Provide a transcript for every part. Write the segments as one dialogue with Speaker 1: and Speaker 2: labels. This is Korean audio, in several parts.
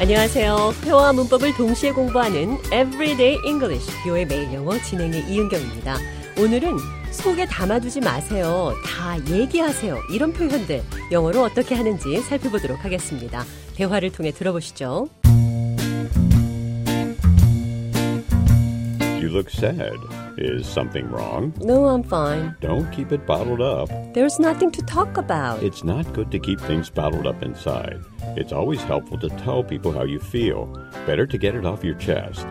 Speaker 1: 안녕하세요. 회화와 문법을 동시에 공부하는 Everyday English, 뷰의 매일 영어 진행의 이은경입니다. 오늘은 속에 담아두지 마세요. 다 얘기하세요. 이런 표현들 영어로 어떻게 하는지 살펴보도록 하겠습니다. 대화를 통해 들어보시죠.
Speaker 2: You look sad. Is something wrong?
Speaker 1: No, I'm fine.
Speaker 2: Don't keep it bottled up.
Speaker 1: There's nothing to talk about.
Speaker 2: It's not good to keep things bottled up inside. It's always helpful to tell people how you feel. Better to get it off your chest.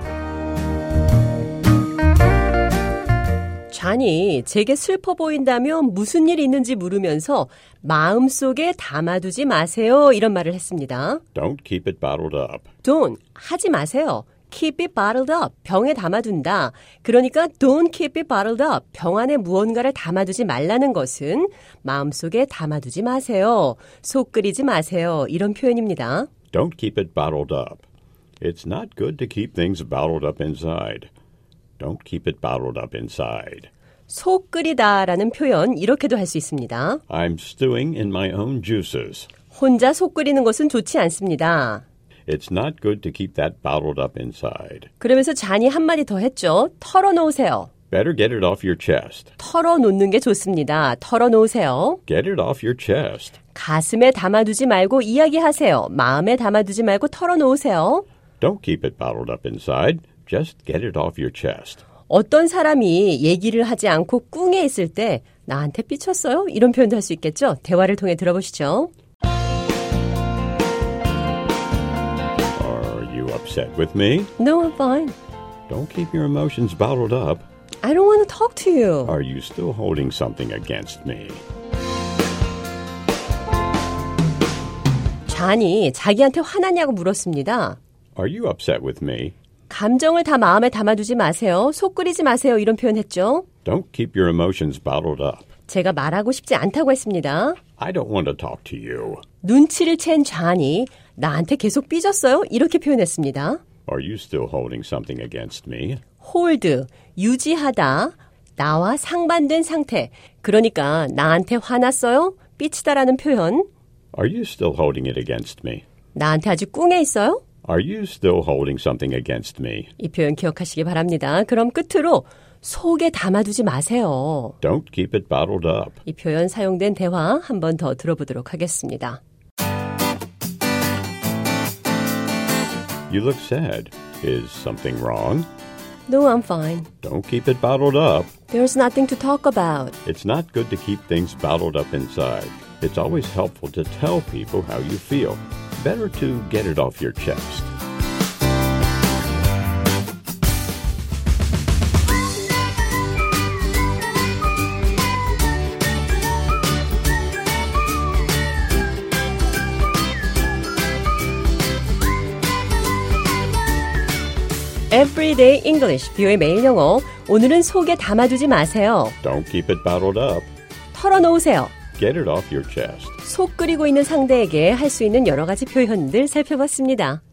Speaker 1: 잔이 제게 슬퍼 보인다며 무슨 일 있는지 물으면서 마음속에 담아두지 마세요. 이런 말을 했습니다.
Speaker 2: Don't keep it bottled up.
Speaker 1: Don't 하지 마세요. Keep it bottled up. 병에 담아둔다. 그러니까 don't keep it bottled up. 병 안에 무언가를 담아두지 말라는 것은 마음속에 담아두지 마세요. 속 끓이지 마세요. 이런 표현입니다.
Speaker 2: Don't keep it bottled up. It's not good to keep things bottled up inside. Don't keep it bottled up inside.
Speaker 1: 속 끓이다라는 표현 이렇게도 할 수 있습니다.
Speaker 2: I'm stewing in my own juices.
Speaker 1: 혼자 속 끓이는 것은 좋지 않습니다.
Speaker 2: It's not good to keep that bottled up inside.
Speaker 1: 그러면서 잔이 한마디 더 했죠. 털어놓으세요.
Speaker 2: Better get it off your chest.
Speaker 1: 털어놓는 게 좋습니다. 털어놓으세요.
Speaker 2: Get it off your chest.
Speaker 1: 가슴에 담아두지 말고 이야기하세요. 마음에 담아두지 말고 털어놓으세요.
Speaker 2: Don't keep it bottled up inside. Just get it off your chest.
Speaker 1: 어떤 사람이 얘기를 하지 않고 꿍해 있을 때 나한테 삐쳤어요? 이런 표현도 할 수 있겠죠? 대화를 통해 들어보시죠.
Speaker 2: Are you upset with me?
Speaker 1: No, I'm fine.
Speaker 2: Don't keep your emotions bottled up.
Speaker 1: I don't want to talk to you.
Speaker 2: Are you still holding something against me?
Speaker 1: 잔이 자기한테 화났냐고 물었습니다.
Speaker 2: Are you upset with me?
Speaker 1: 감정을 다 마음에 담아두지 마세요. 속 끓이지 마세요. 이런 표현했죠.
Speaker 2: Don't keep your emotions bottled up.
Speaker 1: 제가 말하고 싶지 않다고 했습니다.
Speaker 2: I don't want to talk to you.
Speaker 1: 눈치를 챈 잔이 나한테 계속 삐졌어요? 이렇게 표현했습니다.
Speaker 2: Are you still holding something against me?
Speaker 1: 홀드, 유지하다, 나와 상반된 상태. 그러니까 나한테 화났어요? 삐치다라는 표현.
Speaker 2: Are you still holding it against me?
Speaker 1: 나한테 아주 꿍해 있어요?
Speaker 2: Are you still holding something against me?
Speaker 1: 이 표현 기억하시기 바랍니다. 그럼 끝으로 속에 담아두지 마세요.
Speaker 2: Don't keep it bottled up.
Speaker 1: 이 표현 사용된 대화 한 번 더 들어보도록 하겠습니다.
Speaker 2: You look sad. Is something wrong?
Speaker 1: No, I'm fine.
Speaker 2: Don't keep it bottled up.
Speaker 1: There's nothing to talk about.
Speaker 2: It's not good to keep things bottled up inside. It's always helpful to tell people how you feel. Better to get it off your chest.
Speaker 1: Everyday English, 뷰의 매일 영어. 오늘은 속에 담아두지 마세요.
Speaker 2: Don't keep it bottled up.
Speaker 1: 털어놓으세요.
Speaker 2: Get it off your chest.
Speaker 1: 속 끓이고 있는 상대에게 할 수 있는 여러 가지 표현들 살펴봤습니다.